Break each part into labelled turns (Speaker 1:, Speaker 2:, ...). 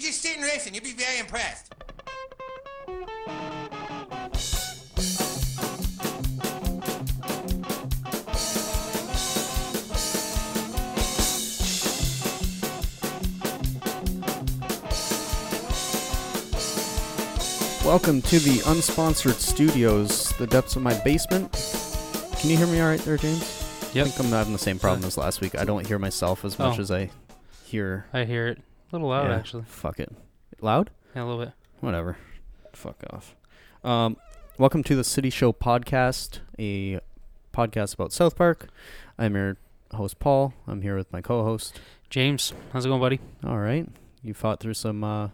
Speaker 1: just sit and listen. You'll be very impressed.
Speaker 2: Welcome to the unsponsored studios, the depths of my basement. Can you hear me all right there, James? I
Speaker 3: Yep.
Speaker 2: think I'm having the same problem as last week. I don't hear myself as much
Speaker 3: Oh.
Speaker 2: as I hear.
Speaker 3: I hear it. A little loud,
Speaker 2: Yeah,
Speaker 3: actually.
Speaker 2: Fuck it. Loud?
Speaker 3: Yeah, a little bit.
Speaker 2: Whatever. Fuck off. Um, welcome to the City Show podcast, a podcast about South Park. I'm your host, Paul. I'm here with my co-host.
Speaker 3: James, how's it going, buddy?
Speaker 2: All right. You fought through some, uh,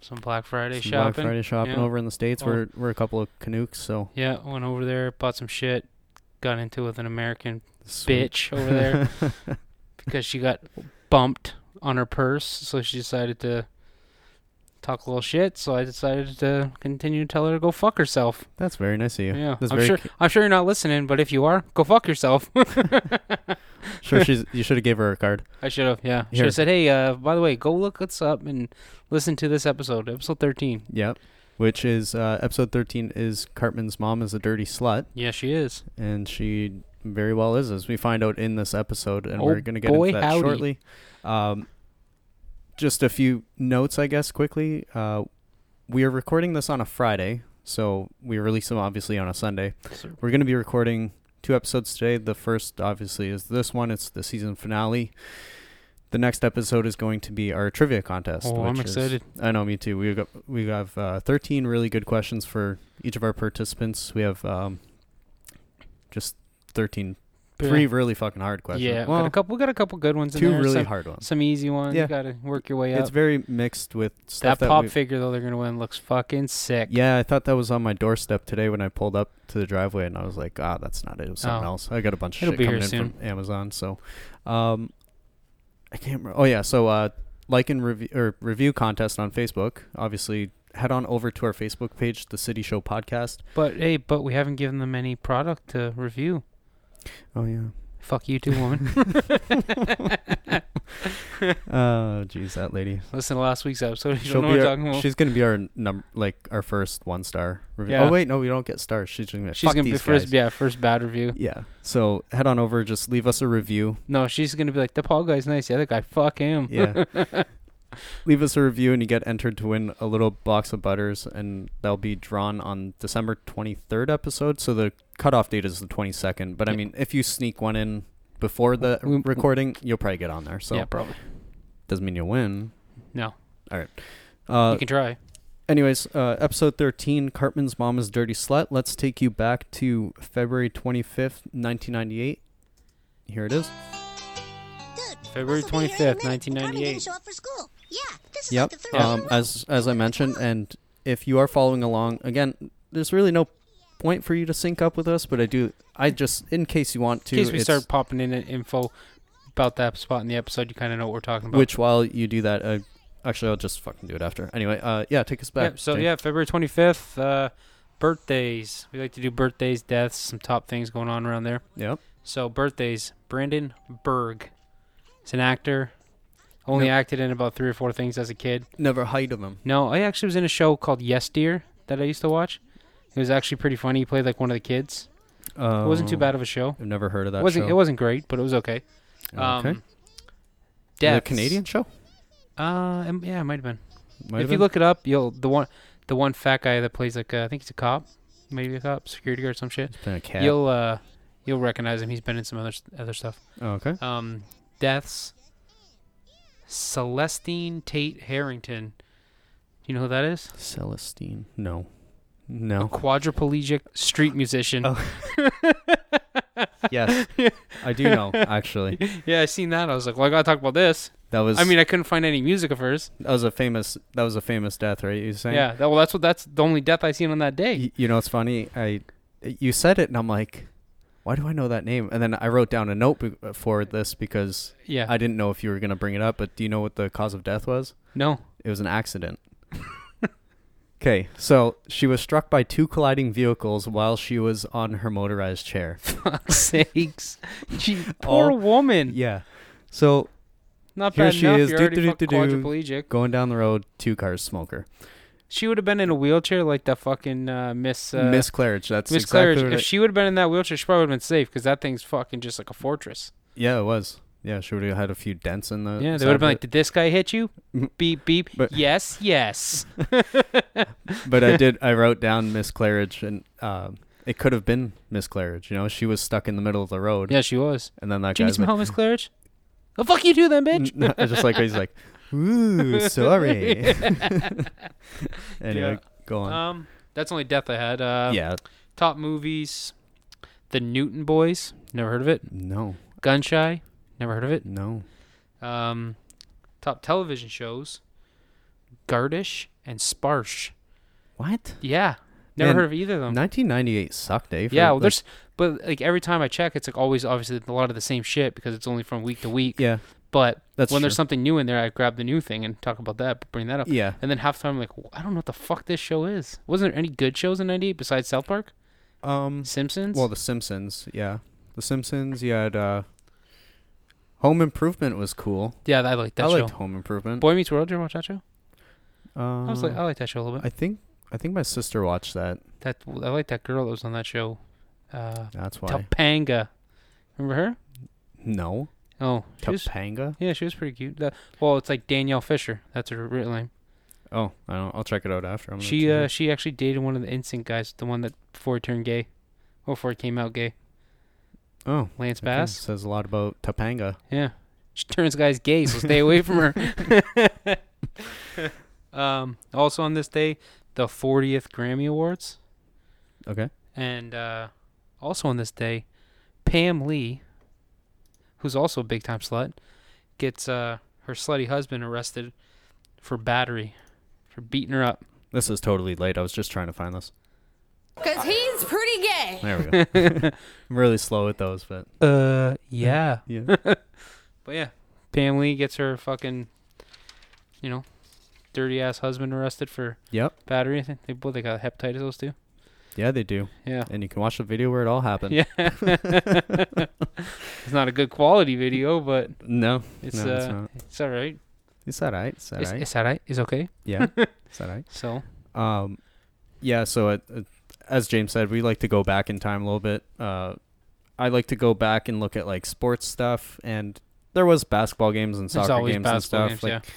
Speaker 3: Some Black Friday
Speaker 2: some
Speaker 3: shopping.
Speaker 2: Black Friday shopping
Speaker 3: Yeah.
Speaker 2: over in the States.
Speaker 3: Oh.
Speaker 2: We're, we're a couple of Canucks, so...
Speaker 3: Yeah, went over there, bought some shit, got into it with an American
Speaker 2: sweet.
Speaker 3: bitch over there because she got bumped on her purse, so she decided to talk a little shit. So I decided to continue to tell her to go fuck herself.
Speaker 2: That's very nice of you.
Speaker 3: Yeah,
Speaker 2: That's
Speaker 3: I'm
Speaker 2: very
Speaker 3: sure. I'm sure you're not listening, but if you are, go fuck yourself.
Speaker 2: Sure, she's. You should have gave her a card.
Speaker 3: I should have. Yeah, should
Speaker 2: Here.
Speaker 3: have said, hey, uh, by the way, go look what's up and listen to this episode, episode thirteen.
Speaker 2: Yep. Which is uh, episode thirteen is Cartman's mom is a dirty slut,
Speaker 3: Yeah, she is.
Speaker 2: and she very well is, as we find out in this episode, and
Speaker 3: Oh,
Speaker 2: we're gonna get
Speaker 3: boy,
Speaker 2: into that
Speaker 3: howdy.
Speaker 2: shortly. Um, just a few notes, I guess, quickly. Uh, we are recording this on a Friday, so we release them obviously on a Sunday.
Speaker 3: Sir.
Speaker 2: We're gonna be recording two episodes today. The first, obviously, is this one. It's the season finale. The next episode is going to be our trivia contest.
Speaker 3: Oh, I'm
Speaker 2: which is-
Speaker 3: excited.
Speaker 2: I know, me too. We got we have uh, 13 really good questions for each of our participants. We have um, just 13, three really fucking hard questions.
Speaker 3: Yeah, got
Speaker 2: well,
Speaker 3: a couple. We got a couple good ones. in
Speaker 2: two
Speaker 3: there.
Speaker 2: really
Speaker 3: some,
Speaker 2: hard ones.
Speaker 3: some easy ones.
Speaker 2: Yeah.
Speaker 3: You gotta work your way
Speaker 2: It's
Speaker 3: up.
Speaker 2: very mixed with
Speaker 3: That
Speaker 2: stuff that,
Speaker 3: pop
Speaker 2: we-
Speaker 3: figure though, they're gonna win. Looks fucking sick.
Speaker 2: Yeah, I thought that was on my doorstep today when I pulled up to the driveway, and I was like, "Ah, that's not it. It was something
Speaker 3: Oh.
Speaker 2: else." I got a bunch of
Speaker 3: It'll
Speaker 2: shit
Speaker 3: be
Speaker 2: coming in
Speaker 3: here
Speaker 2: from Amazon, so um, I can't. remember. Oh yeah, so uh, like and review or review contest on Facebook. Obviously, head on over to our Facebook page, the City Show Podcast.
Speaker 3: But hey, but we haven't given them any product to review.
Speaker 2: Oh yeah.
Speaker 3: Fuck you, too, woman.
Speaker 2: Oh geez, that lady.
Speaker 3: Listen to last week's episode. You
Speaker 2: She'll
Speaker 3: don't know what
Speaker 2: be
Speaker 3: I'm
Speaker 2: our-
Speaker 3: talking about.
Speaker 2: she's gonna be our num like our first one star review.
Speaker 3: Yeah.
Speaker 2: Oh wait, no, we don't get stars. She's just gonna
Speaker 3: she's
Speaker 2: fuck
Speaker 3: gonna be
Speaker 2: these
Speaker 3: first.
Speaker 2: guys.
Speaker 3: Yeah, first bad review.
Speaker 2: yeah. So head on over, just leave us a review.
Speaker 3: No, she's gonna be like, the Paul guy's nice. The other guy, fuck him.
Speaker 2: Yeah. Leave us a review and you get entered to win a little box of butters, and that'll be drawn on December 23rd episode. So the cutoff date is the 22nd. But I
Speaker 3: Yeah.
Speaker 2: mean, if you sneak one in before the
Speaker 3: We- we-
Speaker 2: recording, you'll probably get on there. So
Speaker 3: yeah, probably.
Speaker 2: doesn't mean you'll win.
Speaker 3: No,
Speaker 2: Uh,
Speaker 3: you can try.
Speaker 2: anyways, uh, episode 13 Cartman's Mom is Dirty Slut. Let's take you back to February 25th, 1998. Here it is.
Speaker 3: February 25th, 1998.
Speaker 4: show up for school. Yeah, this is
Speaker 2: Yep.
Speaker 4: like the third
Speaker 2: Um, as as I mentioned, and if you are following along, again, there's really no point for you to sync up with us, but I do. I just, in case you want to,
Speaker 3: In case we
Speaker 2: it's-
Speaker 3: start popping in at info about that spot in the episode, you kind of know what we're talking about.
Speaker 2: which while you do that, uh, actually, I'll just fucking do it after. Anyway, uh, yeah, take us back.
Speaker 3: Yep, so
Speaker 2: Jake.
Speaker 3: yeah, February 25th, uh, birthdays. We like to do birthdays, deaths, some top things going on around there.
Speaker 2: yep.
Speaker 3: So birthdays, Brandon Berg. He's an actor. Only
Speaker 2: Yep.
Speaker 3: acted in about three or four things as a kid.
Speaker 2: Never hide them.
Speaker 3: No, I actually was in a show called Yes Dear that I used to watch. It was actually pretty funny. He played like one of the kids. It wasn't too bad of a show.
Speaker 2: Um, I've never heard of Oh. that.
Speaker 3: It wasn't
Speaker 2: show.
Speaker 3: it wasn't great, but it was okay. Um,
Speaker 2: Okay. the
Speaker 3: deaths.
Speaker 2: Canadian show.
Speaker 3: Uh, um, yeah, it might have been.
Speaker 2: Might
Speaker 3: if
Speaker 2: have
Speaker 3: you
Speaker 2: been.
Speaker 3: look it up, you'll the one the one fat guy that plays like uh, I think he's a cop, maybe a cop, security guard, some shit.
Speaker 2: Been a cat.
Speaker 3: You'll uh, you'll recognize him. He's been in some other s- other stuff.
Speaker 2: Oh, okay.
Speaker 3: Um, deaths. Celestine Tate Harrington. You know who that is?
Speaker 2: Celestine. No. No.
Speaker 3: Quadriplegic street musician.
Speaker 2: Oh. yes, I do know. Actually,
Speaker 3: Yeah, I seen that. I was like, well, I gotta talk about this.
Speaker 2: that was.
Speaker 3: I mean, I couldn't find any music of hers.
Speaker 2: that was a famous. That was a famous death, right? You saying?
Speaker 3: Yeah, that, well, that's what that's the only death I seen on that day.
Speaker 2: Y- you know it's funny i you said it and i'm like why do i know that name and then i wrote down a note be- uh, for this because
Speaker 3: Yeah.
Speaker 2: i didn't know if you were going to bring it up but do you know what the cause of death was
Speaker 3: no.
Speaker 2: it was an accident okay so she was struck by two colliding vehicles while she was on her motorized chair
Speaker 3: Fuck's sakes. She, oh, poor
Speaker 2: All-
Speaker 3: woman.
Speaker 2: yeah so
Speaker 3: Not
Speaker 2: Here
Speaker 3: bad
Speaker 2: she
Speaker 3: enough.
Speaker 2: is,
Speaker 3: You're already fucking
Speaker 2: do-do-do-do-do.
Speaker 3: quadriplegic.
Speaker 2: Going down the road, two cars smoker.
Speaker 3: She would have been in a wheelchair like the fucking uh, Miss uh,
Speaker 2: Miss Claridge. That's
Speaker 3: Miss
Speaker 2: exactly
Speaker 3: Claridge.
Speaker 2: what
Speaker 3: If
Speaker 2: it-
Speaker 3: she would have been in that wheelchair, she probably would have been safe because that thing's fucking just like a fortress.
Speaker 2: yeah, it was. Yeah, she would have had a few dents in the.
Speaker 3: yeah, they
Speaker 2: side
Speaker 3: would have been
Speaker 2: of
Speaker 3: like,
Speaker 2: it.
Speaker 3: "Did this guy hit you?"
Speaker 2: Mhm.
Speaker 3: beep beep.
Speaker 2: But-
Speaker 3: yes, yes.
Speaker 2: but I did. I wrote down Miss Claridge, and um, it could have been Miss Claridge. You know, she was stuck in the middle of the road,
Speaker 3: yeah, she was.
Speaker 2: and then that
Speaker 3: Do you need
Speaker 2: guy's
Speaker 3: some
Speaker 2: like,
Speaker 3: help, Miss Claridge? Go fuck you too, then, bitch.
Speaker 2: N- n- just like he's like, ooh, sorry. anyway,
Speaker 3: Yeah.
Speaker 2: go on.
Speaker 3: Um, that's the only death I had. Uh,
Speaker 2: Mm-hmm. yeah,
Speaker 3: Top movies: The Newton Boys. Never heard of it.
Speaker 2: no,
Speaker 3: Gunshy. Never heard of it.
Speaker 2: no.
Speaker 3: Um, top television shows: Gardish and Sparsh.
Speaker 2: What?
Speaker 3: Yeah, never
Speaker 2: Man,
Speaker 3: heard of either of them.
Speaker 2: 1998 sucked, Dave.
Speaker 3: yeah,
Speaker 2: Like-
Speaker 3: well, there's, but like every time I check, it's like always obviously a lot of the same shit because it's only from week to week.
Speaker 2: yeah,
Speaker 3: But
Speaker 2: that's
Speaker 3: when there's
Speaker 2: true.
Speaker 3: something new in there, I grab the new thing and talk about that, bring that up.
Speaker 2: yeah.
Speaker 3: And then half the time, I'm like, "Wh- I don't know what the fuck this show is. Wasn't there any good shows in '98 besides South Park,
Speaker 2: Um,
Speaker 3: Simpsons?
Speaker 2: well, The Simpsons. Yeah, The Simpsons. You had uh, Home Improvement was cool.
Speaker 3: yeah, I liked that
Speaker 2: I
Speaker 3: show.
Speaker 2: liked Home Improvement.
Speaker 3: Boy Meets World, did you ever watch that show?
Speaker 2: uh,
Speaker 3: I was like, I like that show a little bit.
Speaker 2: I think I think my sister watched that.
Speaker 3: that I like that girl that was on that show, uh,
Speaker 2: That's why.
Speaker 3: Topanga. Remember her?
Speaker 2: no,
Speaker 3: Oh, she was,
Speaker 2: Topanga.
Speaker 3: yeah, she was pretty cute. That, well, it's like Danielle Fisher. That's her real name.
Speaker 2: Oh, I don't. I'll check it out after. I'm gonna
Speaker 3: She
Speaker 2: do
Speaker 3: uh
Speaker 2: that.
Speaker 3: she actually dated one of the NSYNC guys, the one that before he turned gay, or before he came out gay,
Speaker 2: oh,
Speaker 3: Lance
Speaker 2: okay,
Speaker 3: Bass.
Speaker 2: says a lot about Topanga.
Speaker 3: Yeah, she turns guys gay, so stay away from her. um, also on this day, the 40th Grammy Awards,
Speaker 2: Okay.
Speaker 3: and uh, also on this day, Pam Lee, who's also a big time slut, gets uh her slutty husband arrested for battery, for beating her up.
Speaker 2: This is totally late. I was just trying to find this.
Speaker 4: Because he's pretty gay.
Speaker 2: There we go. I'm really slow at those, but
Speaker 3: Uh, yeah.
Speaker 2: yeah.
Speaker 3: But yeah, Pam Lee gets her fucking, you know, dirty ass husband arrested for
Speaker 2: yep.
Speaker 3: battery. I think they both they got hepatitis those two.
Speaker 2: Yeah, they do.
Speaker 3: Yeah.
Speaker 2: And you can watch the video where it all happened.
Speaker 3: Yeah. it's not a good quality video, but
Speaker 2: No.
Speaker 3: it's
Speaker 2: no,
Speaker 3: uh,
Speaker 2: it's
Speaker 3: it's,
Speaker 2: not.
Speaker 3: all right.
Speaker 2: It's all right. It's all
Speaker 3: it's,
Speaker 2: right.
Speaker 3: it's all right. It's okay.
Speaker 2: yeah. It's all right.
Speaker 3: So
Speaker 2: Um, yeah. So it, it- as James said, we like to go back in time a little bit. Uh, I like to go back and look at like sports stuff, and there was basketball games and
Speaker 3: there's
Speaker 2: soccer
Speaker 3: always
Speaker 2: games and
Speaker 3: basketball
Speaker 2: stuff.
Speaker 3: games.
Speaker 2: like
Speaker 3: yeah.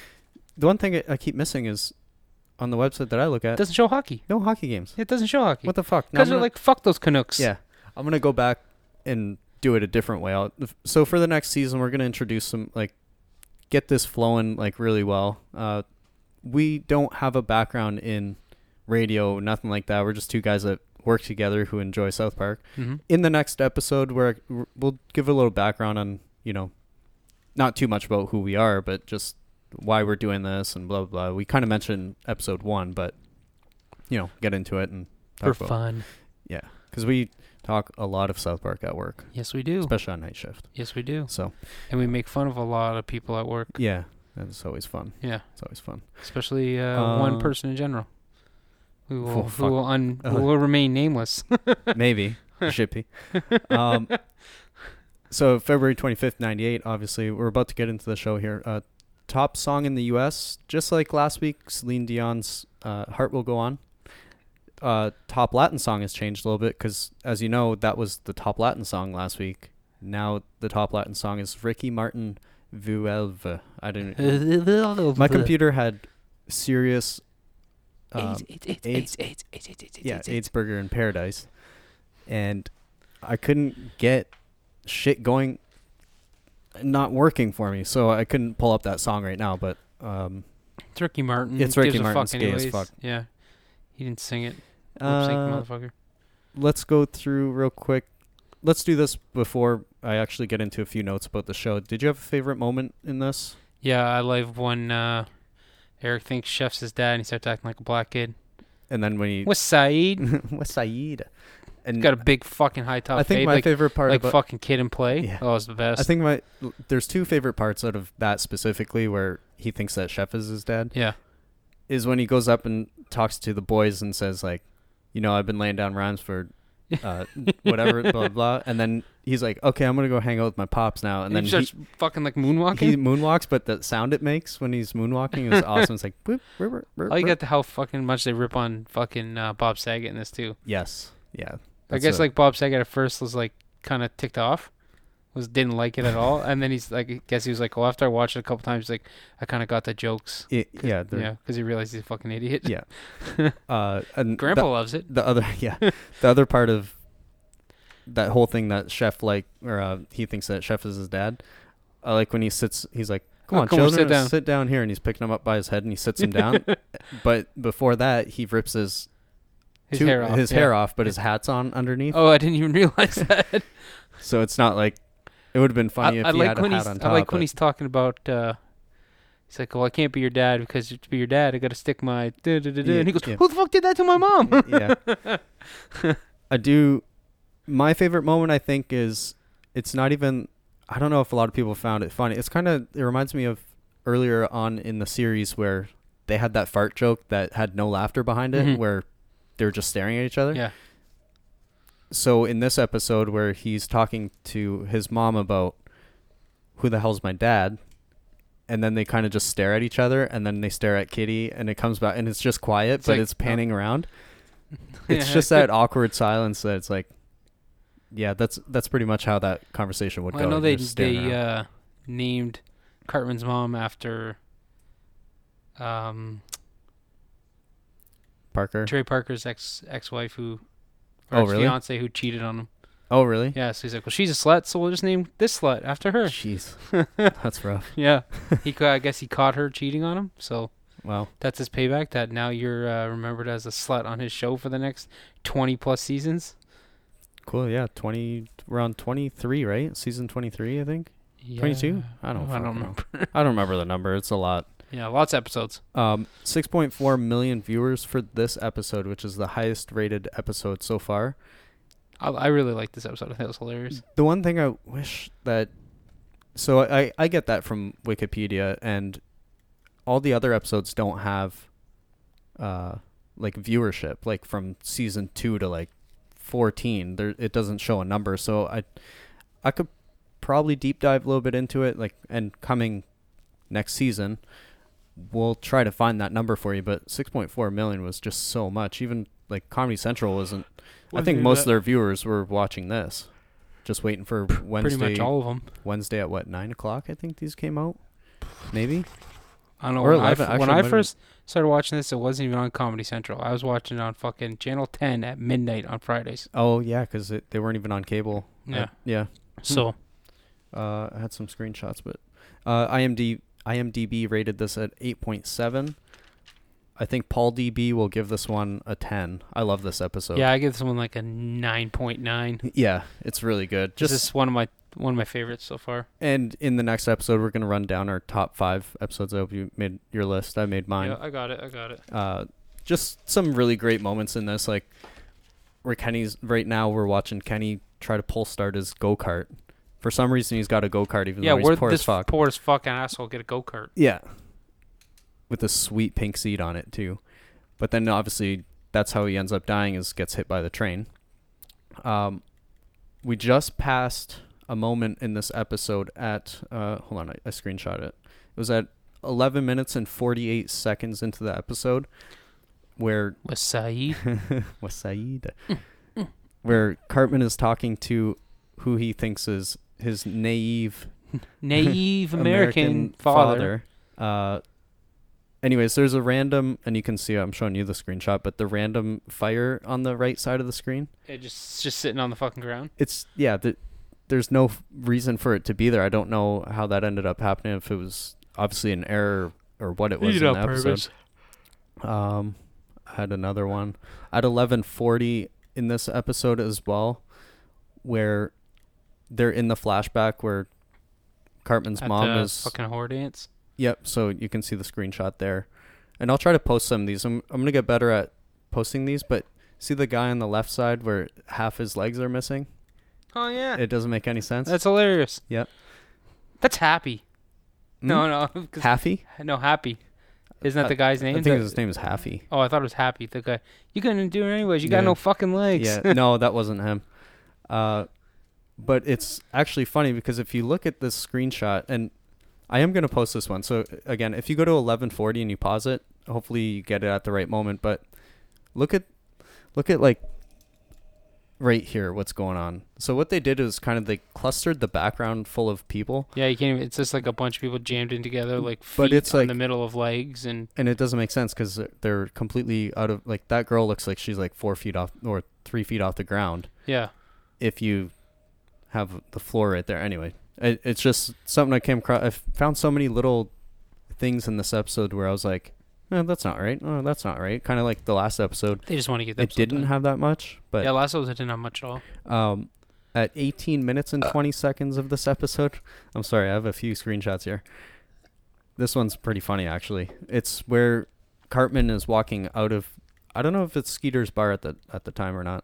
Speaker 2: the one thing I, I keep missing is on the website that I look
Speaker 3: It
Speaker 2: at,
Speaker 3: doesn't show hockey.
Speaker 2: no hockey games.
Speaker 3: It doesn't show hockey.
Speaker 2: What the fuck? No,
Speaker 3: Because
Speaker 2: I'm
Speaker 3: they're
Speaker 2: gonna-
Speaker 3: like fuck those Canucks.
Speaker 2: Yeah, I'm gonna go back and do it a different way. I'll, so for the next season, we're gonna introduce some like get this flowing like really well. Uh, we don't have a background in radio, nothing like that. We're just two guys that work together who enjoy South Park.
Speaker 3: Mhm.
Speaker 2: In the next episode, where we'll give a little background on you know, not too much about who we are, but just why we're doing this and blah blah. blah. We kind of mentioned episode one, but you know, get into it and talk
Speaker 3: For
Speaker 2: about-
Speaker 3: fun.
Speaker 2: yeah, because we talk a lot of South Park at work,
Speaker 3: Yes, we do.
Speaker 2: especially on night shift.
Speaker 3: Yes, we do.
Speaker 2: So
Speaker 3: And we make fun of a lot of people at work.
Speaker 2: yeah, that's always fun.
Speaker 3: Yeah.
Speaker 2: It's always fun.
Speaker 3: especially uh,
Speaker 2: Uh,
Speaker 3: one person in general who
Speaker 2: Oh,
Speaker 3: will, who
Speaker 2: fuck.
Speaker 3: will, un-
Speaker 2: Uh,
Speaker 3: who will remain nameless.
Speaker 2: Maybe shippy. Um, so February twenty fifth, ninety eight. Obviously, we're about to get into the show here. Uh, top song in the U.S. Just like last week, Celine Dion's uh, "Heart Will Go On." Uh, top Latin song has changed a little bit because, as you know, that was the top Latin song last week. Now the top Latin song is Ricky Martin Vuelve. I didn't. My
Speaker 3: My
Speaker 2: computer had serious um,
Speaker 3: AIDS, AIDS,
Speaker 2: AIDS-
Speaker 3: AIDS, AIDS, AIDS, AIDS, AIDS, AIDS,
Speaker 2: yeah,
Speaker 3: AIDS, AIDS.
Speaker 2: AIDS burger in paradise, and I couldn't get shit going, not working for me. So I couldn't pull up that song right now. But um,
Speaker 3: It's Ricky Martin.
Speaker 2: It's
Speaker 3: Who
Speaker 2: Ricky
Speaker 3: gives a
Speaker 2: Martin's
Speaker 3: fuck
Speaker 2: gay as
Speaker 3: anyways.
Speaker 2: fuck.
Speaker 3: Yeah. He didn't sing it. Lip sync,
Speaker 2: uh,
Speaker 3: motherfucker.
Speaker 2: let's go through real quick. Let's do this before I actually get into a few notes about the show. Did you have a favorite moment in this?
Speaker 3: Yeah, I love when uh, Eric thinks Chef's his dad and he starts acting like a black kid.
Speaker 2: And then when you
Speaker 3: What's Saeed?
Speaker 2: what's Saeed? And
Speaker 3: Got a big fucking high top
Speaker 2: I think
Speaker 3: fade,
Speaker 2: my
Speaker 3: like,
Speaker 2: favorite part
Speaker 3: like
Speaker 2: about
Speaker 3: fucking kid and play.
Speaker 2: Yeah.
Speaker 3: Oh, it's the best.
Speaker 2: I think my there's two favorite parts out of that specifically where he thinks that Chef is his dad
Speaker 3: yeah.
Speaker 2: is when he goes up and talks to the boys and says like, you know, I've been laying down rhymes for uh, whatever, blah, blah, blah. And then he's like, okay, I'm going to go hang out with my pops now. And
Speaker 3: And
Speaker 2: then
Speaker 3: he
Speaker 2: he,
Speaker 3: starts fucking like moonwalking.
Speaker 2: he moonwalks, but the sound it makes when he's moonwalking is awesome. It's like, boop, boop, boop, boop,
Speaker 3: I
Speaker 2: boop.
Speaker 3: get Oh, the how fucking much they rip on fucking uh, Bob Saget in this too.
Speaker 2: Yes. Yeah.
Speaker 3: I
Speaker 2: That's
Speaker 3: guess
Speaker 2: a-
Speaker 3: like Bob Saget at first was like kind of ticked off, was didn't like it at all, and then he's like, I guess he was like, well, after I watched it a couple times, he's like, I kind of got the jokes.
Speaker 2: it- yeah.
Speaker 3: Yeah, 'cause
Speaker 2: they're-
Speaker 3: he realized he's a fucking idiot.
Speaker 2: Yeah. Uh, and
Speaker 3: Grandpa
Speaker 2: the-
Speaker 3: loves it.
Speaker 2: the other yeah the other part of that whole thing that chef like or uh, he thinks that chef is his dad i like when he sits he's like come
Speaker 3: Oh,
Speaker 2: on
Speaker 3: come on,
Speaker 2: children
Speaker 3: sit down."
Speaker 2: here and he's picking him up by his head and he sits him down but before that he rips his
Speaker 3: His
Speaker 2: two-
Speaker 3: hair off.
Speaker 2: his
Speaker 3: yeah.
Speaker 2: hair off but his hat's on underneath
Speaker 3: Oh, I didn't even realize that.
Speaker 2: so it's not like it would have been funny
Speaker 3: I,
Speaker 2: if
Speaker 3: I
Speaker 2: he
Speaker 3: like
Speaker 2: had
Speaker 3: when
Speaker 2: a hat
Speaker 3: he's
Speaker 2: on
Speaker 3: I
Speaker 2: top
Speaker 3: like when
Speaker 2: but-
Speaker 3: he's talking about. uh He's like, well, I can't be your dad because to be your dad, I got to stick my. da da da da."
Speaker 2: Yeah,
Speaker 3: and he goes,
Speaker 2: yeah.
Speaker 3: who the fuck did that to my mom?
Speaker 2: yeah. I do. My favorite moment, I think, is it's not even. I don't know if a lot of people found it funny. It's kind of. It reminds me of earlier on in the series where they had that fart joke that had no laughter behind it,
Speaker 3: Mhm.
Speaker 2: where they were just staring at each other.
Speaker 3: yeah.
Speaker 2: So in this episode, where he's talking to his mom about who the hell's my dad. And then they kind of just stare at each other, and then they stare at Kitty, and it comes back, and it's just quiet, but
Speaker 3: like, oh.
Speaker 2: it's panning around it's
Speaker 3: Yeah.
Speaker 2: just that awkward silence that it's like yeah that's that's pretty much how that conversation would
Speaker 3: Well,
Speaker 2: go
Speaker 3: I know
Speaker 2: You're
Speaker 3: they
Speaker 2: just staring
Speaker 3: they
Speaker 2: around.
Speaker 3: uh, named Cartman's mom after um, uh,
Speaker 2: parker
Speaker 3: Trey Parker's ex ex wife who,
Speaker 2: Oh,
Speaker 3: or ex
Speaker 2: really?
Speaker 3: fiance who cheated on him.
Speaker 2: oh really
Speaker 3: Yeah, so he's like, well, she's a slut, so we'll just name this slut after her.
Speaker 2: jeez that's rough
Speaker 3: Yeah, he ca- I guess he caught her cheating on him, so
Speaker 2: wow
Speaker 3: that's his payback. That now you're uh, remembered as a slut on his show for the next twenty plus seasons.
Speaker 2: cool yeah 20 we're on 23 right season 23 i think 22 i don't
Speaker 3: I don't
Speaker 2: fucking
Speaker 3: remember.
Speaker 2: know. i don't remember the number it's a lot
Speaker 3: Yeah, lots of episodes.
Speaker 2: um 6.4 million viewers for this episode which is the highest rated episode so far
Speaker 3: I, I really like this episode. I think it was hilarious.
Speaker 2: The one thing I wish that so I, I- I get that from Wikipedia and all the other episodes don't have uh like viewership like from season 2 to like 14 there it doesn't show a number so I I could probably deep dive a little bit into it like and coming next season we'll try to find that number for you but 6.4 million was just so much even like Comedy Central wasn't I
Speaker 3: Wasn't
Speaker 2: think
Speaker 3: even
Speaker 2: most
Speaker 3: that-
Speaker 2: of their viewers were watching this just waiting for Wednesday.
Speaker 3: Pretty much all of them.
Speaker 2: Wednesday at what nine o'clock? I think these came out. Maybe.
Speaker 3: I don't know.
Speaker 2: Or
Speaker 3: When I,
Speaker 2: eleven,
Speaker 3: f-
Speaker 2: actually,
Speaker 3: when
Speaker 2: it
Speaker 3: I
Speaker 2: might've been-
Speaker 3: first started watching this, it wasn't even on Comedy Central. I was watching it on fucking Channel 10 at midnight on Fridays.
Speaker 2: Oh yeah, because they weren't even on cable.
Speaker 3: Yeah.
Speaker 2: I, yeah.
Speaker 3: So
Speaker 2: Uh, I had some screenshots, but uh, IMD IMDb rated this at eight point seven. I think Paul DB will give this one a ten. I love this episode.
Speaker 3: yeah, I give this one like a 9.9.
Speaker 2: Yeah, it's really good.
Speaker 3: This
Speaker 2: Just
Speaker 3: is one of my one of my favorites so far.
Speaker 2: and in the next episode, we're gonna run down our top five episodes. I hope you made your list. I made mine.
Speaker 3: Yeah, I got it. I got it.
Speaker 2: uh, just some really great moments in this. Like where Kenny's right now, we're watching Kenny try to pole start his go kart. For some reason, he's got a go kart, even
Speaker 3: Yeah,
Speaker 2: though he's
Speaker 3: where
Speaker 2: poor
Speaker 3: this
Speaker 2: as fuck.
Speaker 3: poor as fucking asshole get a go kart?
Speaker 2: yeah, with a sweet pink seat on it too. But then obviously, that's how he ends up dying is gets hit by the train. Um, we just passed a moment in this episode at uh, hold on, I, I screenshot it. It was at 11 minutes and 48 seconds into the episode where
Speaker 3: With Saeed.
Speaker 2: Wasaid. mm. Where Cartman is talking to who he thinks is his naive
Speaker 3: Naive American,
Speaker 2: American,
Speaker 3: father.
Speaker 2: father. Uh, anyways, there's a random, and you can see I'm showing you the screenshot, but the random fire on the right side of the screen.
Speaker 3: It just just sitting on the fucking ground.
Speaker 2: It's yeah, th there's no f- reason for it to be there. I don't know how that ended up happening. If it was obviously an error or what it was in the episode. Um, I had another one at eleven forty in this episode as well, where they're in the flashback where Cartman's
Speaker 3: At
Speaker 2: mom
Speaker 3: the
Speaker 2: is.
Speaker 3: fucking whore dance.
Speaker 2: Yep, so you can see the screenshot there, and I'll try to post some of these. I'm I'm gonna get better at posting these, but see the guy on the left side where half his legs are missing.
Speaker 3: Oh yeah,
Speaker 2: It doesn't make any sense.
Speaker 3: that's hilarious.
Speaker 2: yep.
Speaker 3: That's happy. No, no, 'cause-
Speaker 2: Halfy?
Speaker 3: no happy. Isn't that the guy's name?
Speaker 2: Hmm? I think
Speaker 3: That-
Speaker 2: his name is Haffy.
Speaker 3: Oh, I thought it was Happy. The guy. You couldn't do it anyways. You got
Speaker 2: Yeah.
Speaker 3: no fucking legs.
Speaker 2: Yeah, no, that wasn't him. Uh, but it's actually funny because if you look at this screenshot, and I am going to post this one. So uh, again, if you go to 1140 and you pause it, hopefully you get it at the right moment. But look at look at like right here what's going on. So what they did is kind of they clustered the background full of people,
Speaker 3: Yeah, you can't even. It's just like a bunch of people jammed in together, like feet
Speaker 2: But it's
Speaker 3: on
Speaker 2: like-
Speaker 3: the middle of legs, and
Speaker 2: and it doesn't make sense because they're completely out of like that girl looks like she's like four feet off or three feet off the ground.
Speaker 3: yeah,
Speaker 2: if you have the floor right there. Anyway, it, it's just something I came across. I found so many little things in this episode where I was like, eh, "That's not right. Oh, that's not right." Kind of like the last episode.
Speaker 3: they just want to get. the
Speaker 2: It
Speaker 3: episode
Speaker 2: didn't
Speaker 3: done.
Speaker 2: have that much, but
Speaker 3: Yeah, last episode didn't have much at all.
Speaker 2: um, at 18 minutes and 20 seconds of this episode, I'm sorry, I have a few screenshots here. This one's pretty funny, actually. It's where Cartman is walking out of. I don't know if it's Skeeter's bar at the at the time or not.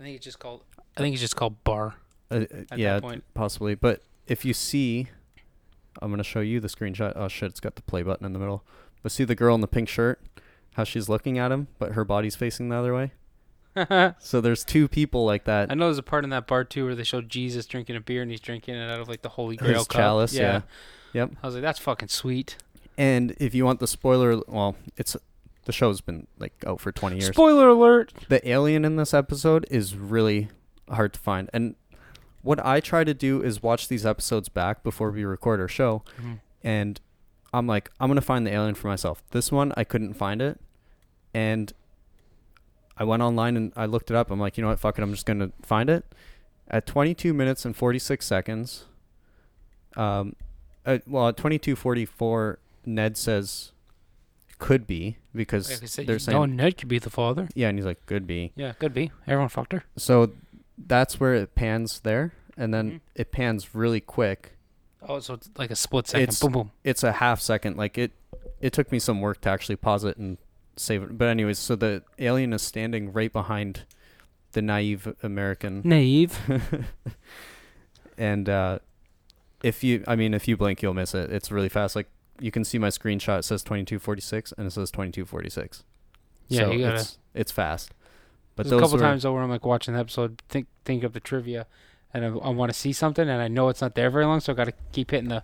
Speaker 3: I think it's just called. I think it's just called bar.
Speaker 2: Uh, uh,
Speaker 3: that
Speaker 2: yeah,
Speaker 3: point.
Speaker 2: possibly. But if you see, I'm gonna show you the screenshot. Oh shit, it's got the play button in the middle. But see the girl in the pink shirt, how she's looking at him, but her body's facing the other way.
Speaker 3: I
Speaker 2: So there's two people like that.
Speaker 3: know there's a part in that bar too where they show Jesus drinking a beer and he's drinking it out of like the Holy Grail
Speaker 2: His
Speaker 3: cup.
Speaker 2: chalice, yeah. Yep.
Speaker 3: I was like, that's fucking sweet.
Speaker 2: And if you want the spoiler, well, it's the show's been like out for 20 years.
Speaker 3: Spoiler alert.
Speaker 2: the alien in this episode is really hard to find. And what I try to do is watch these episodes back before we record our show.
Speaker 3: Mm-hmm.
Speaker 2: And I'm like, I'm going to find the alien for myself. This one, I couldn't find it. And I went online and I looked it up. I'm like, you know what? Fuck it. I'm just going to find it. At 22 minutes and 46 seconds, um, at, well, at 22:44, Ned says, "Could be," because
Speaker 3: Like I said,
Speaker 2: they're
Speaker 3: you-
Speaker 2: saying,
Speaker 3: no, Ned could be the father.
Speaker 2: "Yeah," and he's like, "Could be."
Speaker 3: Yeah, could be. Everyone fucked her.
Speaker 2: so that's where it pans there and then
Speaker 3: Mhm.
Speaker 2: it pans really quick
Speaker 3: Oh, so it's like a split second.
Speaker 2: It's-
Speaker 3: boom, boom.
Speaker 2: it's a half second like it it took me some work to actually pause it and save it but anyways so the alien is standing right behind the naive american
Speaker 3: Naive.
Speaker 2: and uh if you i mean if you blink you'll miss it it's really fast like you can see my screenshot it says 2246 and it says 2246
Speaker 3: Yeah,
Speaker 2: so
Speaker 3: you gotta-
Speaker 2: it's, it's fast but
Speaker 3: There's a couple
Speaker 2: were-
Speaker 3: times though where I'm like watching the episode, think think of the trivia, and I, want to see something, and I know it's not there very long, so I got to keep hitting the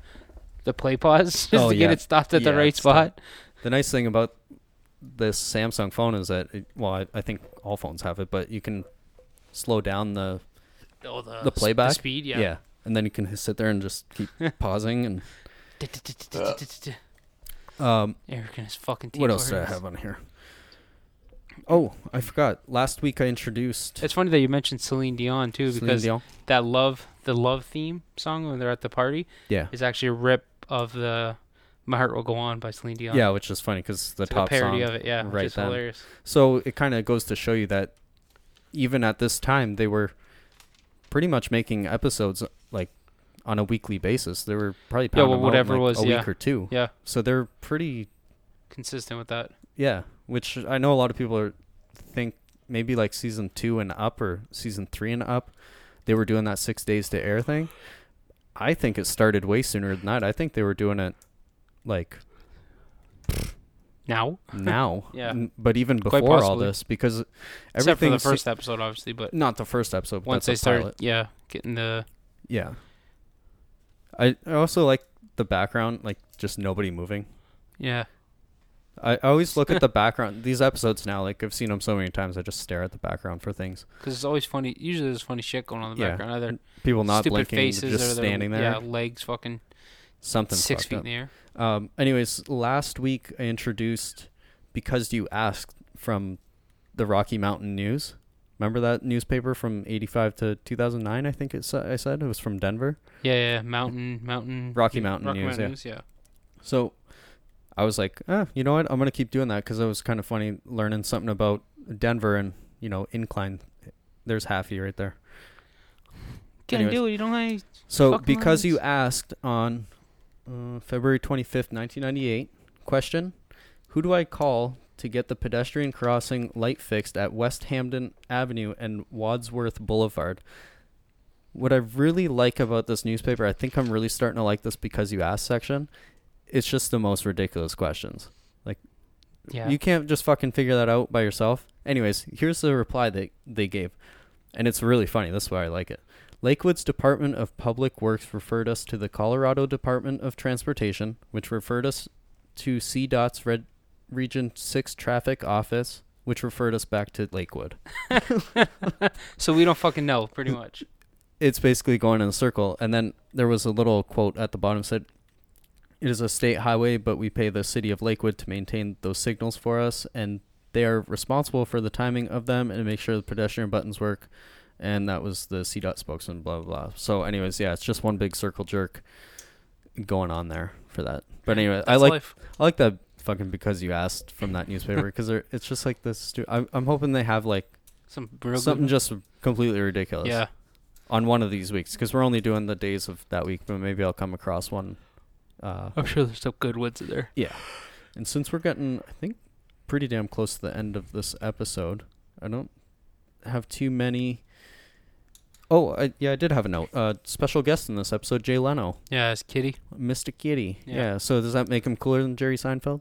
Speaker 3: the play pause just
Speaker 2: Oh,
Speaker 3: to
Speaker 2: yeah.
Speaker 3: get it stopped at
Speaker 2: Yeah,
Speaker 3: the right
Speaker 2: it's done.
Speaker 3: spot.
Speaker 2: The nice thing about this Samsung phone is that, it, well, I, I think all phones have it, but you can slow down the
Speaker 3: Oh, the,
Speaker 2: the playback,
Speaker 3: speed, yeah.
Speaker 2: and then you can sit there and just keep pausing. And um,
Speaker 3: Eric and his fucking.
Speaker 2: what
Speaker 3: teeth
Speaker 2: else do I
Speaker 3: organs.
Speaker 2: have on here? Oh, I forgot. Last week I introduced
Speaker 3: It's funny that you mentioned Celine Dion too,
Speaker 2: Celine
Speaker 3: because
Speaker 2: Dion.
Speaker 3: that love, the love theme song when they're at the party,
Speaker 2: Yeah,
Speaker 3: is actually a rip of the "My Heart Will Go On" by Celine Dion.
Speaker 2: yeah, which is funny because the
Speaker 3: it's like
Speaker 2: top
Speaker 3: a parody
Speaker 2: song
Speaker 3: of it. Yeah,
Speaker 2: right
Speaker 3: right. It's
Speaker 2: then.
Speaker 3: hilarious.
Speaker 2: So it kind of goes to show you that even at this time, they were pretty much making episodes like on a weekly basis. They were probably
Speaker 3: Yeah,
Speaker 2: pounding 'em
Speaker 3: well,
Speaker 2: out in,
Speaker 3: whatever
Speaker 2: like,
Speaker 3: was,
Speaker 2: a
Speaker 3: yeah.
Speaker 2: week or two.
Speaker 3: Yeah,
Speaker 2: So they're pretty
Speaker 3: consistent with that.
Speaker 2: yeah. Which I know a lot of people are think maybe like season two and up or season three and up, they were doing that six days to air thing. I think it started way sooner than that. I think they were doing it like
Speaker 3: Now,
Speaker 2: now.
Speaker 3: Yeah.
Speaker 2: N- But even
Speaker 3: Quite
Speaker 2: before all
Speaker 3: possibly.
Speaker 2: this, because
Speaker 3: except for
Speaker 2: everything
Speaker 3: the first episode, obviously, but
Speaker 2: not the first episode. But that's
Speaker 3: once they
Speaker 2: a
Speaker 3: start,
Speaker 2: pilot.
Speaker 3: yeah, getting the
Speaker 2: yeah. I I also like the background, like just nobody moving.
Speaker 3: yeah,
Speaker 2: I, I always look at the background. These episodes now, like I've seen them so many times, I just stare at the background for things.
Speaker 3: because it's always funny. Usually, there's funny shit going on in the
Speaker 2: Yeah.
Speaker 3: background. Either
Speaker 2: People not
Speaker 3: stupid
Speaker 2: blinking,
Speaker 3: faces
Speaker 2: just
Speaker 3: or their,
Speaker 2: standing there.
Speaker 3: Yeah, legs fucking
Speaker 2: Something
Speaker 3: six
Speaker 2: fucked
Speaker 3: feet
Speaker 2: up.
Speaker 3: in the air.
Speaker 2: Um, anyways, last week I introduced because you asked from the Rocky Mountain News. Remember that newspaper from '85 to 2009? I think it's I said it was from Denver.
Speaker 3: Yeah, yeah, yeah, mountain, mountain,
Speaker 2: Rocky Mountain News, yeah.
Speaker 3: yeah.
Speaker 2: So I was like, eh, you know what? I'm gonna keep doing that because it was kind of funny learning something about Denver and you know incline. There's Haffy right there.
Speaker 3: Can't
Speaker 2: Anyways.
Speaker 3: do it. You don't like.
Speaker 2: So
Speaker 3: Fucking
Speaker 2: because you
Speaker 3: lions.
Speaker 2: asked on uh, February 25th, 1998, question, who do I call to get the pedestrian crossing light fixed at West Hamden Avenue and Wadsworth Boulevard? What I really like about this newspaper, I think I'm really starting to like this because you asked section. It's just the most ridiculous questions.
Speaker 3: Yeah.
Speaker 2: You can't just fucking figure that out by yourself. Anyways, here's the reply that they gave. And it's really funny. That's why I like it. Lakewood's Department of Public Works referred us to the Colorado Department of Transportation, which referred us to CDOT's Red Region 6 Traffic Office, which referred us back to Lakewood.
Speaker 3: so we don't fucking know, pretty much.
Speaker 2: It's basically going in a circle. And then there was a little quote at the bottom said, It is a state highway, but we pay the city of Lakewood to maintain those signals for us, and they are responsible for the timing of them and make sure the pedestrian buttons work. And that was the CDOT spokesman, blah, blah, blah. So, anyways, yeah, it's just one big circle jerk going on there for that. But anyway, I
Speaker 3: That's
Speaker 2: like
Speaker 3: life.
Speaker 2: I like that fucking because you asked from that newspaper because it's just like this. Stu- I'm, I'm hoping they have like
Speaker 3: Some real
Speaker 2: something
Speaker 3: good.
Speaker 2: just completely ridiculous
Speaker 3: Yeah.
Speaker 2: on one of these weeks because we're only doing the days of that week, but maybe I'll come across one. Uh,
Speaker 3: I'm sure there's some good ones in there.
Speaker 2: yeah. And since we're getting, I think, pretty damn close to the end of this episode, I don't have too many. Oh, I, yeah, I did have a note. Uh, special guest in this episode, Jay Leno,
Speaker 3: Yeah, it's Kitty.
Speaker 2: Mr. Kitty.
Speaker 3: Yeah.
Speaker 2: Yeah. So does that make him cooler than Jerry Seinfeld?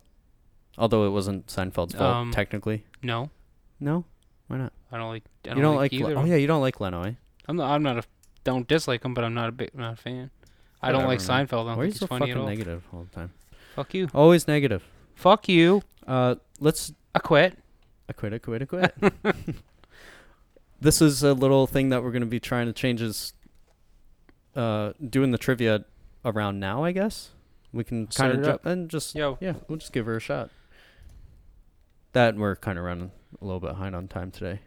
Speaker 2: Although it wasn't Seinfeld's fault
Speaker 3: Um,
Speaker 2: technically.
Speaker 3: No,
Speaker 2: No, why not?
Speaker 3: I don't like. I don't
Speaker 2: you don't
Speaker 3: like,
Speaker 2: like?
Speaker 3: either.
Speaker 2: Le- oh yeah, you don't like Leno. Eh?
Speaker 3: I'm not. I'm not a. Don't dislike him, but I'm not a big. Not a fan. I don't like
Speaker 2: Whatever, man.
Speaker 3: Seinfeld. I don't
Speaker 2: Why are you
Speaker 3: think he's
Speaker 2: so
Speaker 3: funny at
Speaker 2: fucking
Speaker 3: all.
Speaker 2: negative all the time?
Speaker 3: Fuck you.
Speaker 2: Always negative.
Speaker 3: Fuck you.
Speaker 2: Uh, let's
Speaker 3: I quit.
Speaker 2: I quit, I quit, I quit. this is a little thing that we're going to be trying to change is uh, doing the trivia around now, I guess. We can
Speaker 3: Set
Speaker 2: kind
Speaker 3: it
Speaker 2: of
Speaker 3: up.
Speaker 2: jump and just
Speaker 3: Yo.
Speaker 2: yeah, we'll just give her a shot. That we're kind of running a little bit behind on time today.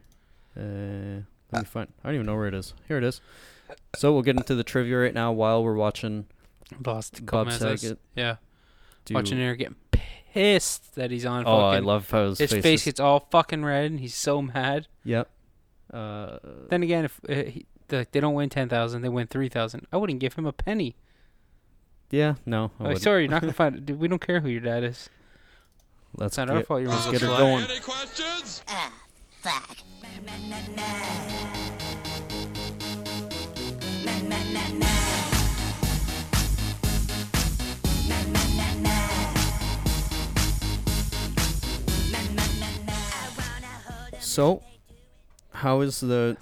Speaker 2: Uh, let me find. I don't even know where it is. Here it is. So we'll get into the trivia right now while we're watching.
Speaker 3: Lost.
Speaker 2: Bob
Speaker 3: Bob Saget.
Speaker 2: Saget.
Speaker 3: Yeah.
Speaker 2: Do,
Speaker 3: Watching Eric getting pissed that he's on.
Speaker 2: Oh,
Speaker 3: fucking,
Speaker 2: I love how his,
Speaker 3: his face,
Speaker 2: is-
Speaker 3: gets all fucking red, and he's so mad.
Speaker 2: Yep. Uh,
Speaker 3: Then again, if uh, he, the, they don't win ten thousand, they win three thousand. I wouldn't give him a penny.
Speaker 2: yeah. No. I
Speaker 3: Like,
Speaker 2: wouldn't.
Speaker 3: sorry, you're not gonna find. dude, We don't care who your dad is.
Speaker 2: Let's
Speaker 3: It's not our
Speaker 2: get-
Speaker 3: fault. You're
Speaker 2: Let's
Speaker 3: a
Speaker 2: get her
Speaker 3: slut.
Speaker 2: going.
Speaker 1: Any questions?
Speaker 4: Ah, fuck.
Speaker 2: So, how is the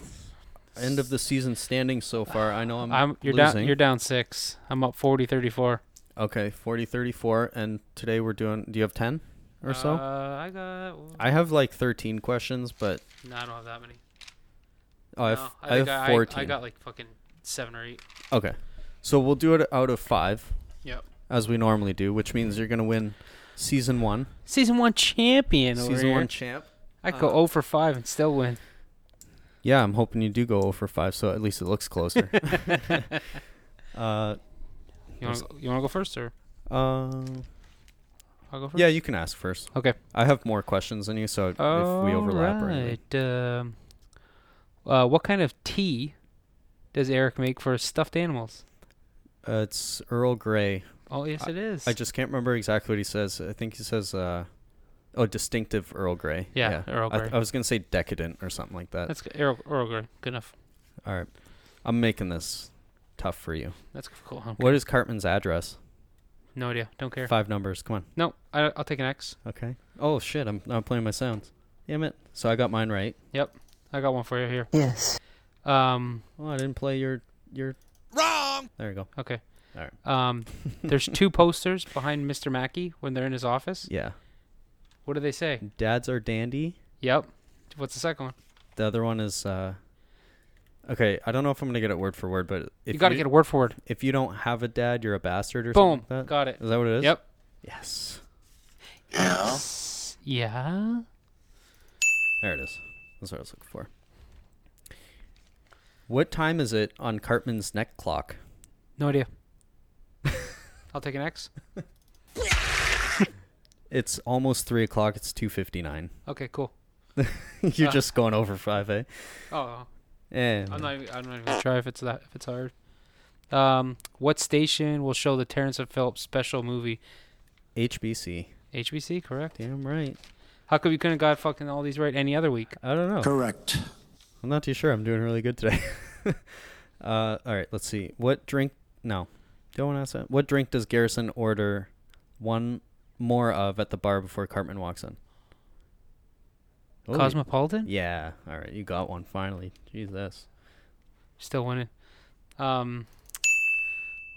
Speaker 2: end of the season standing so far? I know I'm,
Speaker 3: I'm. You're
Speaker 2: losing.
Speaker 3: down. You're down six. I'm up 40-34.
Speaker 2: okay, 40 34 and today we're doing do you have 10 or so?
Speaker 3: Uh, I got.
Speaker 2: I have like 13 questions, but
Speaker 3: No, I don't have that many.
Speaker 2: oh, I have,
Speaker 3: No,
Speaker 2: I
Speaker 3: think
Speaker 2: have 14.
Speaker 3: I, got like fucking seven or eight.
Speaker 2: okay. So, we'll do it out of 5
Speaker 3: Yep.
Speaker 2: as we normally do, which means you're going to win season 1,
Speaker 3: Season one champion. over
Speaker 2: season
Speaker 3: here.
Speaker 2: 1 champ.
Speaker 3: I could go 0 for five and still win.
Speaker 2: Yeah, I'm hoping you do go over 5 so at least it looks closer. uh
Speaker 3: You want to? You want to go first or
Speaker 2: um
Speaker 3: I'll go first?
Speaker 2: yeah, you can ask first.
Speaker 3: Okay.
Speaker 2: I have more questions than you, so if we overlap or anything.
Speaker 3: Alright, um, uh, what kind of tea does Eric make for stuffed animals?
Speaker 2: Uh, it's Earl Grey.
Speaker 3: Oh, yes, it is.
Speaker 2: I just can't remember exactly what he says. I think he says, uh, "Oh, distinctive Earl Grey."
Speaker 3: Yeah, Earl
Speaker 2: I,
Speaker 3: Grey.
Speaker 2: I was gonna say decadent or something like that.
Speaker 3: That's good. Earl, Earl Grey. Good enough.
Speaker 2: All right, I'm making this tough for you.
Speaker 3: That's cool. huh?
Speaker 2: What is Cartman's address?
Speaker 3: No idea. Don't care.
Speaker 2: Five numbers. Come on.
Speaker 3: No, I, I'll take an X.
Speaker 2: Okay. Oh shit! I'm I'm playing my sounds. Damn it! So I got mine right.
Speaker 3: Yep. I got one for you here. Yes. Um.
Speaker 2: Well, Oh, I didn't play your your.
Speaker 1: Wrong.
Speaker 2: There you go.
Speaker 3: Okay.
Speaker 2: All right.
Speaker 3: Um. there's two posters behind Mr. Mackey when they're in his office.
Speaker 2: Yeah.
Speaker 3: What do they say?
Speaker 2: Dads are dandy.
Speaker 3: Yep. What's the second one?
Speaker 2: The other one is. uh Okay, I don't know if I'm gonna get it word for word, but if
Speaker 3: you got to get a word for word.
Speaker 2: if you don't have a dad, you're a bastard or
Speaker 3: Boom.
Speaker 2: something. like that?
Speaker 3: Got it.
Speaker 2: Is that what it is?
Speaker 3: Yep.
Speaker 2: Yes.
Speaker 3: Yeah.
Speaker 2: There it is. That's what I was looking for. What time is it on Cartman's neck clock?
Speaker 3: No idea. I'll take an X.
Speaker 2: It's almost three o'clock. It's two fifty nine.
Speaker 3: Okay, cool.
Speaker 2: You're
Speaker 3: Ah.
Speaker 2: just going over five, eh?
Speaker 3: Oh,
Speaker 2: Eh.
Speaker 3: I'm not. Even, I'm not even gonna try if it's that. If it's hard. Um, what station will show the Terrence and Phillips special movie?
Speaker 2: HBC.
Speaker 3: HBC, correct?
Speaker 2: Damn right.
Speaker 3: How come you couldn't got fucking all these right any other week?
Speaker 2: I don't know.
Speaker 5: Correct.
Speaker 2: I'm not too sure. I'm doing really good today. uh, all right, let's see. What drink? No, don't want to ask that. What drink does Garrison order one more of at the bar before Cartman walks in? Oh,
Speaker 3: Cosmopolitan?
Speaker 2: Yeah. All right. You got one finally. Jesus.
Speaker 3: Still winning. Um,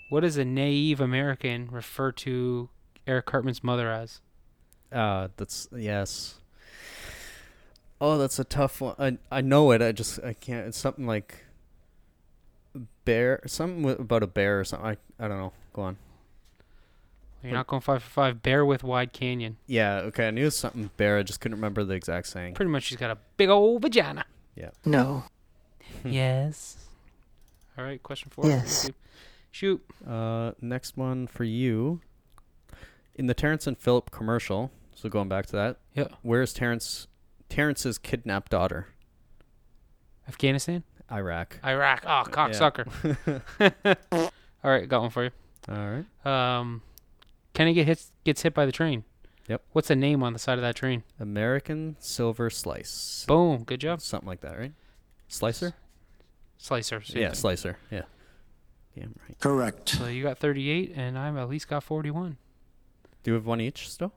Speaker 3: what does a naive American refer to Eric Cartman's mother as?
Speaker 2: Uh, that's yes. Oh, that's a tough one. I I know it. I just I can't. It's something like bear. Something wi- about a bear or something. I I don't know. Go on.
Speaker 3: You're
Speaker 2: Like-
Speaker 3: not going five for five. Bear with Wide Canyon.
Speaker 2: Yeah. Okay. I knew it was something bear. I just couldn't remember the exact saying.
Speaker 3: Pretty much, she's got a big old vagina.
Speaker 5: No.
Speaker 3: yes. All right, question four.
Speaker 5: Yes.
Speaker 3: Shoot. Shoot.
Speaker 2: Uh, next one for you. In the Terrence and Phillip commercial, so going back to that,
Speaker 3: Yeah.
Speaker 2: where is Terrence? Terrence's kidnapped daughter,
Speaker 3: Afghanistan?
Speaker 2: Iraq.
Speaker 3: Iraq. Oh, cocksucker. All right, got one for you.
Speaker 2: All right.
Speaker 3: Um, Kenny get hits, gets hit by the train.
Speaker 2: Yep.
Speaker 3: What's the name on the side of that train?
Speaker 2: American Silver Slice.
Speaker 3: Boom. Good job.
Speaker 2: Something like that, right? Slicer?
Speaker 3: Slicer. same
Speaker 2: yeah,
Speaker 3: thing.
Speaker 2: slicer. Yeah. Damn right.
Speaker 6: Correct.
Speaker 3: So you got 38, and I'm at least got 41.
Speaker 2: Do you have one each still?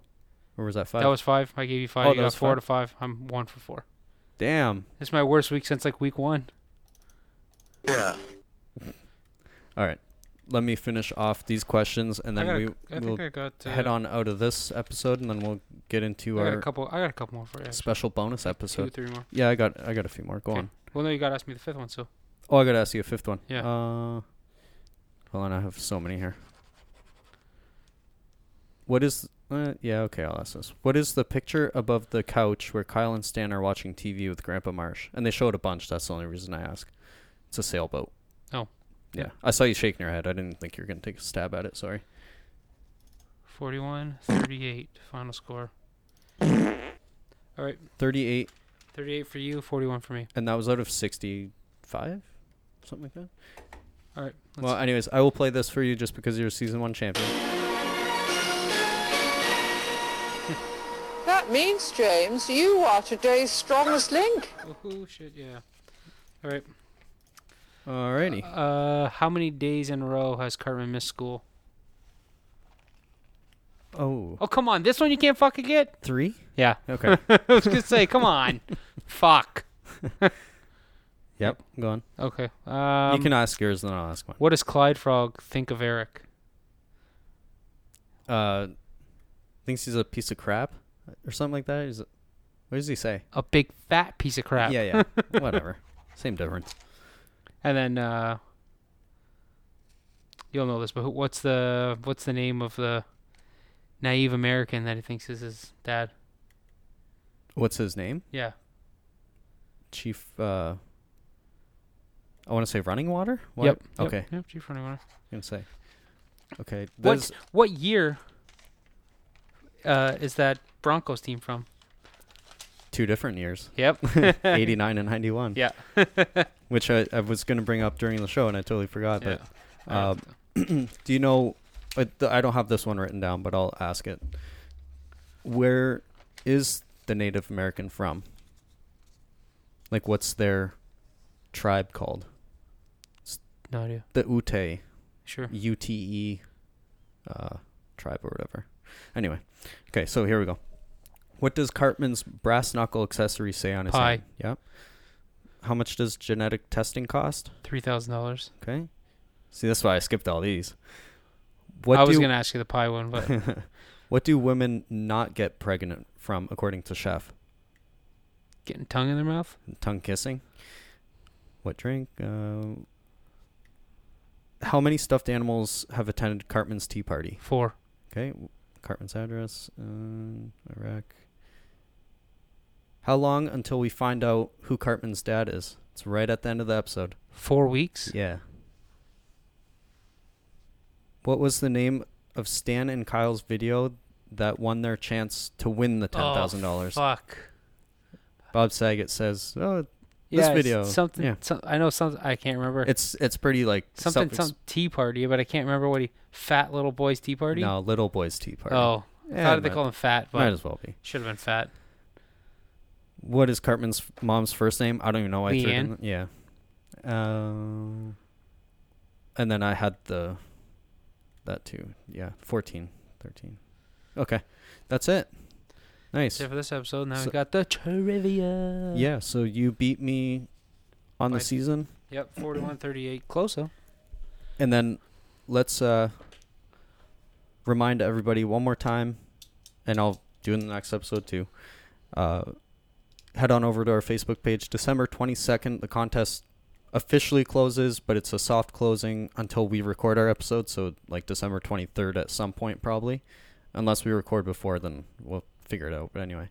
Speaker 2: Or was that five?
Speaker 3: That was five. I gave you five.
Speaker 2: Oh,
Speaker 3: you
Speaker 2: that
Speaker 3: got
Speaker 2: was
Speaker 3: four
Speaker 2: five.
Speaker 3: out of five. I'm one for four.
Speaker 2: Damn.
Speaker 3: This is my worst week since like week one.
Speaker 6: Yeah.
Speaker 2: All right. Let me finish off these questions and then
Speaker 3: I,
Speaker 2: we
Speaker 3: got a- I
Speaker 2: will
Speaker 3: think I got. Uh,
Speaker 2: head on out of this episode and then we'll get into
Speaker 3: I got a
Speaker 2: our
Speaker 3: couple. I got a couple more for you. actually.
Speaker 2: special bonus
Speaker 3: Two,
Speaker 2: episode.
Speaker 3: three more.
Speaker 2: Yeah, I got I got a few more. Go
Speaker 3: Okay.
Speaker 2: on.
Speaker 3: Well, no, you got to ask me the fifth one. So
Speaker 2: Oh, I got to ask you a fifth one.
Speaker 3: Yeah.
Speaker 2: Uh, hold on, I have so many here. What is? Uh, yeah, okay, I'll ask this. What is the picture above the couch where Kyle and Stan are watching TV with Grandpa Marsh? And they show it a bunch. That's the only reason I ask. It's a sailboat.
Speaker 3: Oh.
Speaker 2: Yeah, I saw you shaking your head. I didn't think you were gonna take a stab at it. Sorry.
Speaker 3: 41, 38, final score. All right,
Speaker 2: Thirty-eight,
Speaker 3: 38 for you, 41 for me.
Speaker 2: and that was out of sixty-five, something like that.
Speaker 3: All right. Let's,
Speaker 2: Well, anyways, I will play this for you just because you're a season one champion.
Speaker 7: That means, James, you are today's strongest link.
Speaker 3: oh, shit, yeah. All right.
Speaker 2: Alrighty.
Speaker 3: Uh, how many days in a row has Cartman missed school?
Speaker 2: Oh,
Speaker 3: Oh, come on. This one you can't fucking get?
Speaker 2: three.
Speaker 3: Yeah.
Speaker 2: Okay.
Speaker 3: I was going to say, come on. Fuck.
Speaker 2: Yep. Go on.
Speaker 3: Okay. Um,
Speaker 2: you can ask yours, then I'll ask mine.
Speaker 3: What does Clyde Frog think of Eric?
Speaker 2: Uh, thinks he's a piece of crap or something like that. Is it, what does he say?
Speaker 3: A big fat piece of crap.
Speaker 2: Yeah, yeah. Whatever. Same difference.
Speaker 3: And then uh, you'll know this, but who- what's the what's the name of the naive American that he thinks is his dad?
Speaker 2: What's his name?
Speaker 3: Yeah,
Speaker 2: Chief. Uh, I want to say Running Water. What?
Speaker 3: Yep. Yep.
Speaker 2: Okay.
Speaker 3: Yep. Chief Running Water.
Speaker 2: I'm gonna say. Okay.
Speaker 3: What
Speaker 2: this-
Speaker 3: what year uh, is that Broncos team from?
Speaker 2: Two different years.
Speaker 3: Yep.
Speaker 2: 89 and 91.
Speaker 3: yeah.
Speaker 2: Which I, I was going to bring up during the show and I totally forgot.
Speaker 3: Yeah.
Speaker 2: But uh, do you know? I, th- I don't have this one written down, but I'll ask it. Where is the Native American from? Like, what's their tribe called?
Speaker 3: No idea.
Speaker 2: The Ute,
Speaker 3: Sure.
Speaker 2: U T E, uh, tribe or whatever. Anyway, okay, so here we go. What does Cartman's brass knuckle accessory say on his
Speaker 3: Pie.
Speaker 2: hand? Yep. How much does genetic testing cost?
Speaker 3: Three thousand dollars.
Speaker 2: Okay. See, that's why I skipped all these. What
Speaker 3: I was
Speaker 2: do,
Speaker 3: gonna ask you the pie one, but
Speaker 2: What do women not get pregnant from, according to Chef?
Speaker 3: getting tongue in their mouth.
Speaker 2: Tongue kissing. What drink? Uh, how many stuffed animals have attended Cartman's tea party?
Speaker 3: Four.
Speaker 2: Okay, w- Cartman's address, um, Iraq. How long until we find out who Cartman's dad is? It's right at the end of the episode.
Speaker 3: Four weeks.
Speaker 2: Yeah. What was the name of Stan and Kyle's video that won their chance to win the ten thousand dollars?
Speaker 3: Oh, Fuck.
Speaker 2: Bob Saget says, "Oh, This
Speaker 3: it's
Speaker 2: video,
Speaker 3: Something.
Speaker 2: yeah.
Speaker 3: some- I know something. I can't remember.
Speaker 2: it's it's pretty like
Speaker 3: something
Speaker 2: self-ex-
Speaker 3: some tea party, but I can't remember what he fat little boys tea party.
Speaker 2: No, little boys tea party.
Speaker 3: Oh,
Speaker 2: Yeah,
Speaker 3: I thought they
Speaker 2: might-
Speaker 3: call him fat,
Speaker 2: might
Speaker 3: but
Speaker 2: as well be.
Speaker 3: should have been fat.
Speaker 2: What is Cartman's f- mom's first name? I don't even know why I threw it in
Speaker 3: Leanne?
Speaker 2: the- Yeah. Um, and then I had the that too. Yeah, 14, 13. Okay, that's it. Nice.
Speaker 3: That's it for this episode. Now
Speaker 2: So-
Speaker 3: we got the trivia.
Speaker 2: Yeah, so you beat me on
Speaker 3: By-
Speaker 2: the season,
Speaker 3: Yep. 41 38. Close though.
Speaker 2: and then let's uh, remind everybody one more time, and I'll do in the next episode too. Uh, head on over to our Facebook page, December twenty second. The contest officially closes, but it's a soft closing until we record our episode. So like December twenty third at some point probably, unless we record before, then we'll figure it out. But anyway.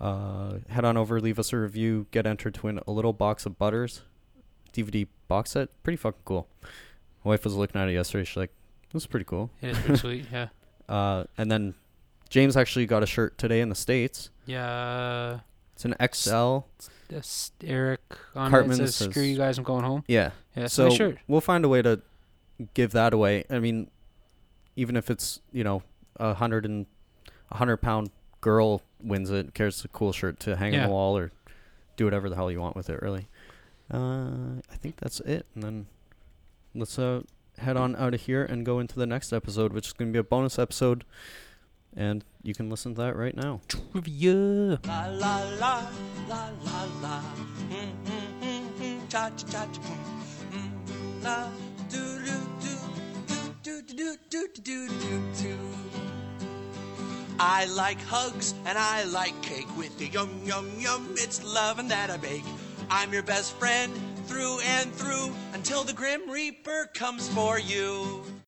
Speaker 2: Uh, head on over, leave us a review, get entered to win a little box of butters DVD box set. Pretty fucking cool. My wife was looking at it yesterday. She's like, "This is pretty cool."
Speaker 3: It is pretty sweet. Yeah.
Speaker 2: Uh, and then James actually got a shirt today in the states.
Speaker 3: Yeah. uh,
Speaker 2: It's an XL.
Speaker 3: This Eric on
Speaker 2: Cartman
Speaker 3: it says,
Speaker 2: says-
Speaker 3: "Screw you guys, I'm going home."
Speaker 2: Yeah.
Speaker 3: Yeah, so
Speaker 2: so
Speaker 3: my shirt.
Speaker 2: we'll find a way to give that away. I mean, even if it's you know a hundred and a hundred pound girl wins it, carries a cool shirt to hang on
Speaker 3: Yeah.
Speaker 2: the wall or do whatever the hell you want with it. Really, uh, I think that's it. And then let's uh, head on out of here and go into the next episode, which is going to be a bonus episode, and you can listen to that right now.
Speaker 3: Trivia.
Speaker 5: La la la la la la. Mm mm mm mm. Cha cha cha cha. mm, Mm la. Do do do do do do do do do do do. I like hugs and I like cake with the yum yum yum. It's loving that I bake. I'm your best friend through and through until the grim reaper comes for you.